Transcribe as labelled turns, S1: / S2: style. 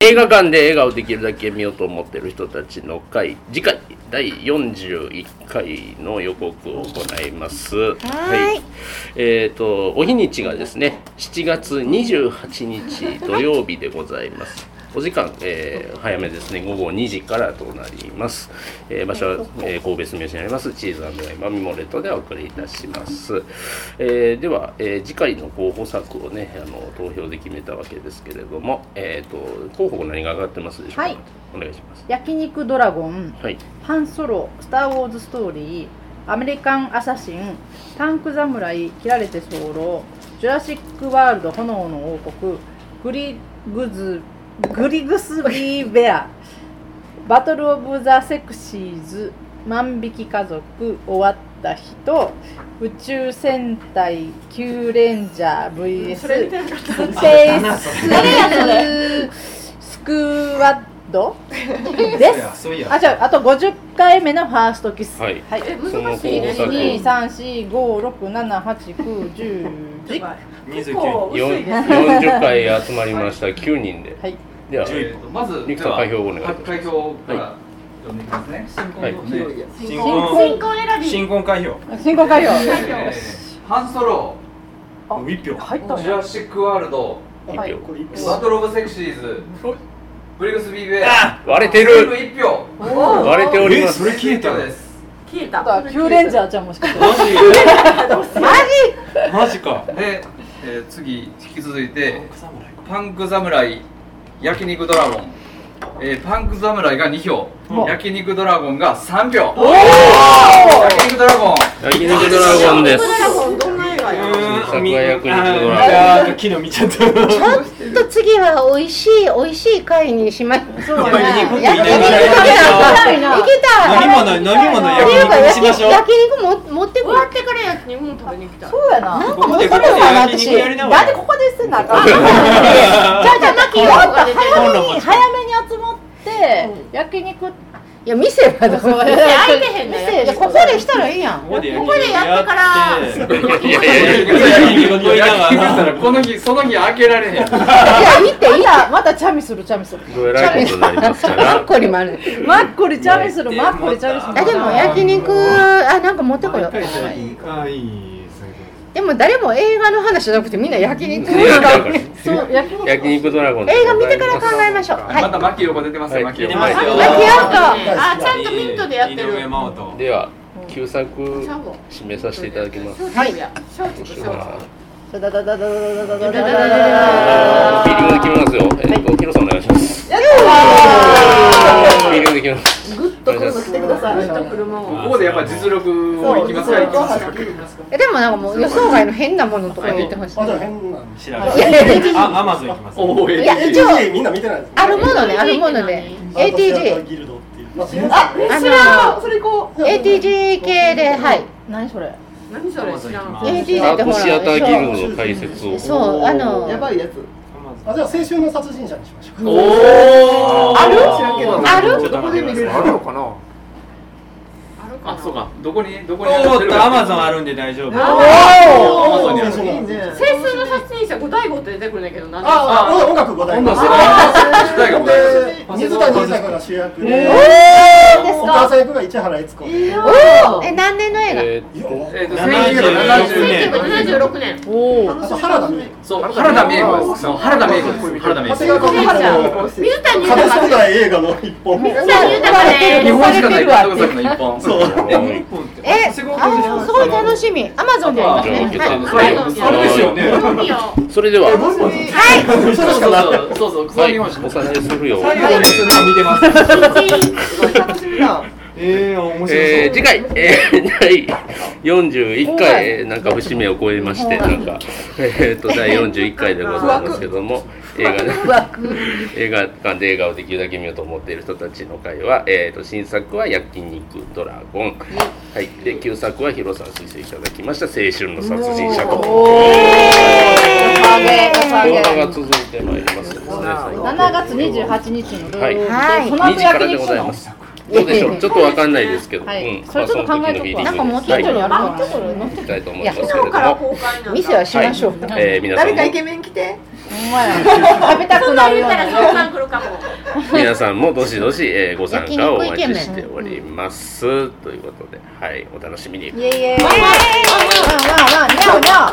S1: 映画館で映画をできるだけ見ようと思っている人たちの会次回第41回の予告を行います
S2: はい
S1: えっ、とお日にちがですね7月28日土曜日でございますお時間、えー早めですね午後2時からとなります、えー場所は、えー神戸住吉にありますチーズアイマミモレットでお送りいたします、えーでは、えー次回の候補作をねあの投票で決めたわけですけれども、えー、と候補何が上がってますでしょうか、
S2: はい
S1: お願いします
S2: 焼肉ドラゴン
S1: はい
S2: ハンソロスター・ウォーズ・ストーリーアメリカン・アサシンタンク侍切られて候ジュラシック・ワールド炎の王国グリグズグリグスビー・ベアバトル・オブ・ザ・セクシーズ万引き家族終わった人宇宙戦隊キューレンジャー VS スペーススクワッドです
S3: そういや
S2: あ、じゃあ、あと50回目のファーストキス。
S1: はい
S2: はい。
S1: その候補
S2: 1、
S1: 作
S2: 2、3、4、5、6、7、8、9、10、10。は
S3: 二十九。
S1: よん40回集まりました9人で、
S2: い。
S1: では
S3: えーとまず
S1: リクさん開票をお願いします
S3: 開票から読んでいきますね。
S1: はい
S3: ね新
S2: 新
S3: 婚
S4: 婚選び
S3: 新婚開票。
S2: 新婚会票。
S3: えーハンソロ
S2: あ
S3: ー、一票。
S2: 入った
S3: ジュラシックワールド、
S1: 1票、
S2: はい
S3: バトルオブセクシーズ、ブリグスビーベア、
S1: 割れて
S3: 全部
S1: る
S3: 一票。
S1: 割れておりま
S3: え
S1: す
S3: それ消えた
S5: で
S3: ですす。
S5: 消え
S2: あとは
S5: た。
S2: キューレンジャーちゃんもしかして。
S3: マジか。
S5: で、えー次引き続いてパンク侍焼肉ドラゴン、えーパンク侍が2票
S2: お
S5: 焼肉ドラゴンが3票
S2: お
S5: 焼肉ドラゴン
S1: 焼肉ドラゴンです新作は役に立たない
S3: あー昨日見ちゃった。
S6: ちょっと次は美味しい美味しい会にしましょう。
S2: そう
S3: やっぱり肉食い
S2: ね。
S3: な
S2: 焼
S3: が
S2: 肉
S3: ら
S2: 食べたいな。
S6: 行き
S3: 飲
S6: たい。
S3: み物飲み物焼
S6: ていうか
S3: 肉に
S6: 焼
S3: し
S6: き
S3: ましょう。
S6: 焼肉も持ってこい。
S4: ってからやつにもう食べに来た。
S2: そうやな。
S3: ここで
S2: それ
S3: ここで
S2: は
S3: 焼
S2: 私。
S3: 肉やりなが
S2: なんで
S3: ら。
S2: ここで捨てなあかん。じゃあじゃあマキよ。早めに早めに集まって焼肉。
S6: いや店はどう。
S4: 開いてへんのよ
S2: いやここでしたらいいやん。
S3: ここで
S4: ここでやってから
S3: 焼肉やって
S1: いやいやいや
S3: 焼肉食いな
S5: 焼肉食った
S3: が
S5: らこの日その日開けられへん
S2: いや行っていいや。またチャミするチャミする。
S1: どうえらいことになりますか
S6: マッ
S1: ら
S6: コリもある。
S2: マッコリチャミするマッコリチャミする。
S6: あでも焼肉あなんか持ってこよう。
S3: ら。あいい。
S6: でも誰も映画の話じゃなくてみんな焼肉。
S1: 映画だから
S2: そう焼肉。
S1: 焼肉ドラゴンで
S6: 映
S1: ございます
S6: 画見てから考えましょう。は
S5: また
S6: い。
S5: 牧横出てますよ
S1: はい
S5: 牧横
S1: 出てますよ
S6: 巻き合うか。
S4: あ、ちゃんとミントでやってる。
S3: 井上真央と
S1: では旧作
S4: ちゃうわ
S1: 締めさせていただきます
S4: はい。焼酎と焼酎
S2: ダダダダダダダダダダダ
S1: あ
S2: ダ
S1: ーフィーリングで決めますよえっとヒロさんお願いしますフィーリングで決めますグッと
S2: してください。
S4: 車を。
S5: ここでやっぱり実力をいきますから
S6: えでもなんかもう予想外の変なものとか言ってほしい。
S3: 知らない
S6: い。やいやいや
S3: あ、アマゾン行きます。
S5: おお
S6: いや一応
S7: みんな見てないです
S6: あるものねあるもので ATG
S7: ギルドっていう
S6: あの ATG 系ではい
S2: 何それ？
S4: 何それ知らん。
S1: ア
S6: ATG って
S1: ー
S6: ほ
S1: ク
S6: ら
S1: シアターギルドの解説を
S6: そうあの
S7: やばいやつあじゃあ青春の殺人者にしましょう
S3: お
S6: あるある
S3: どこで見れる
S7: るのかな
S5: あそうかどこにど
S3: お
S5: こに
S3: ーっとアマゾンあるんで大丈夫。
S7: アマ
S5: ゾンにあ
S7: るいいね
S4: 青春の殺人者五対五って出てくるんだけど、なん
S7: ああ音楽五台
S5: 今それ時代がございます
S7: で水谷豊が主役でお母さん役が市原悦子で
S6: え何年の映
S1: えー
S5: えっ
S3: 1970
S5: と1970
S3: 年
S5: 年
S4: 1976年。
S2: おお。
S7: あと原田美枝
S5: そう原田美枝子ですそう原田美枝子です原田美
S7: 長
S5: 枝
S7: 谷
S5: 子
S7: 川
S4: 水谷
S7: の
S4: 豊水谷豊
S7: 壁世代映画の一本
S4: 水谷豊
S5: 日
S4: ね。
S5: 本しかない監督作の一本
S7: そ
S6: 画
S7: う
S6: えあーすごい楽しみアマゾンでやりますねはい
S5: あれですよね
S1: それでは
S7: それしかない
S5: そうそうそう
S1: はい
S5: 日
S1: お
S5: 本しかない
S1: さらいするよ
S3: 見てます。
S4: 楽しみだ。
S3: えー、面白そう。
S1: えー次回、えー、第41回、えーなんか節目を超えまして、なんか、えー、と第41回でございますけども、映画ね映画館で映画をできるだけ見ようと思っている人たちの会は、えー、と新作は焼肉ドラゴン、はい、で旧作はヒロさん推薦いただきました青春の殺人者と。動画が続いてまいりますので、
S2: 7月28日の土曜日
S6: はい
S2: でその
S1: 2
S2: 後
S1: 時からで
S2: 焼肉
S1: ご
S2: す
S1: ざ
S2: る
S1: いま
S2: の。
S1: す。どうでしょう、ちょっとわかんないですけど、
S2: はい
S1: うん、
S2: それちょっと考えとこう
S1: まあ
S6: なんかもう
S1: その時のフィーリングですは
S6: 近所にあるか
S1: い
S6: ら
S1: 行きたいと思いますけれど
S4: 今日から
S1: も。
S4: 公開なんだ。
S6: 店はしましょう
S1: えー皆さんも
S4: メン来て。
S2: ほんまや。食べた
S4: そ
S2: く
S4: ん
S2: な
S4: なん
S2: るよ
S4: 言っ
S2: うな
S4: たら賞賛来るかも。
S1: 皆さんもどしどし、えーご参加をお待
S6: 焼
S1: ち
S6: 肉イケ
S1: し
S6: メン
S1: ておりますということではいお楽しみに
S2: イエイイエイ。ワンワンワンワンニャオニャオ。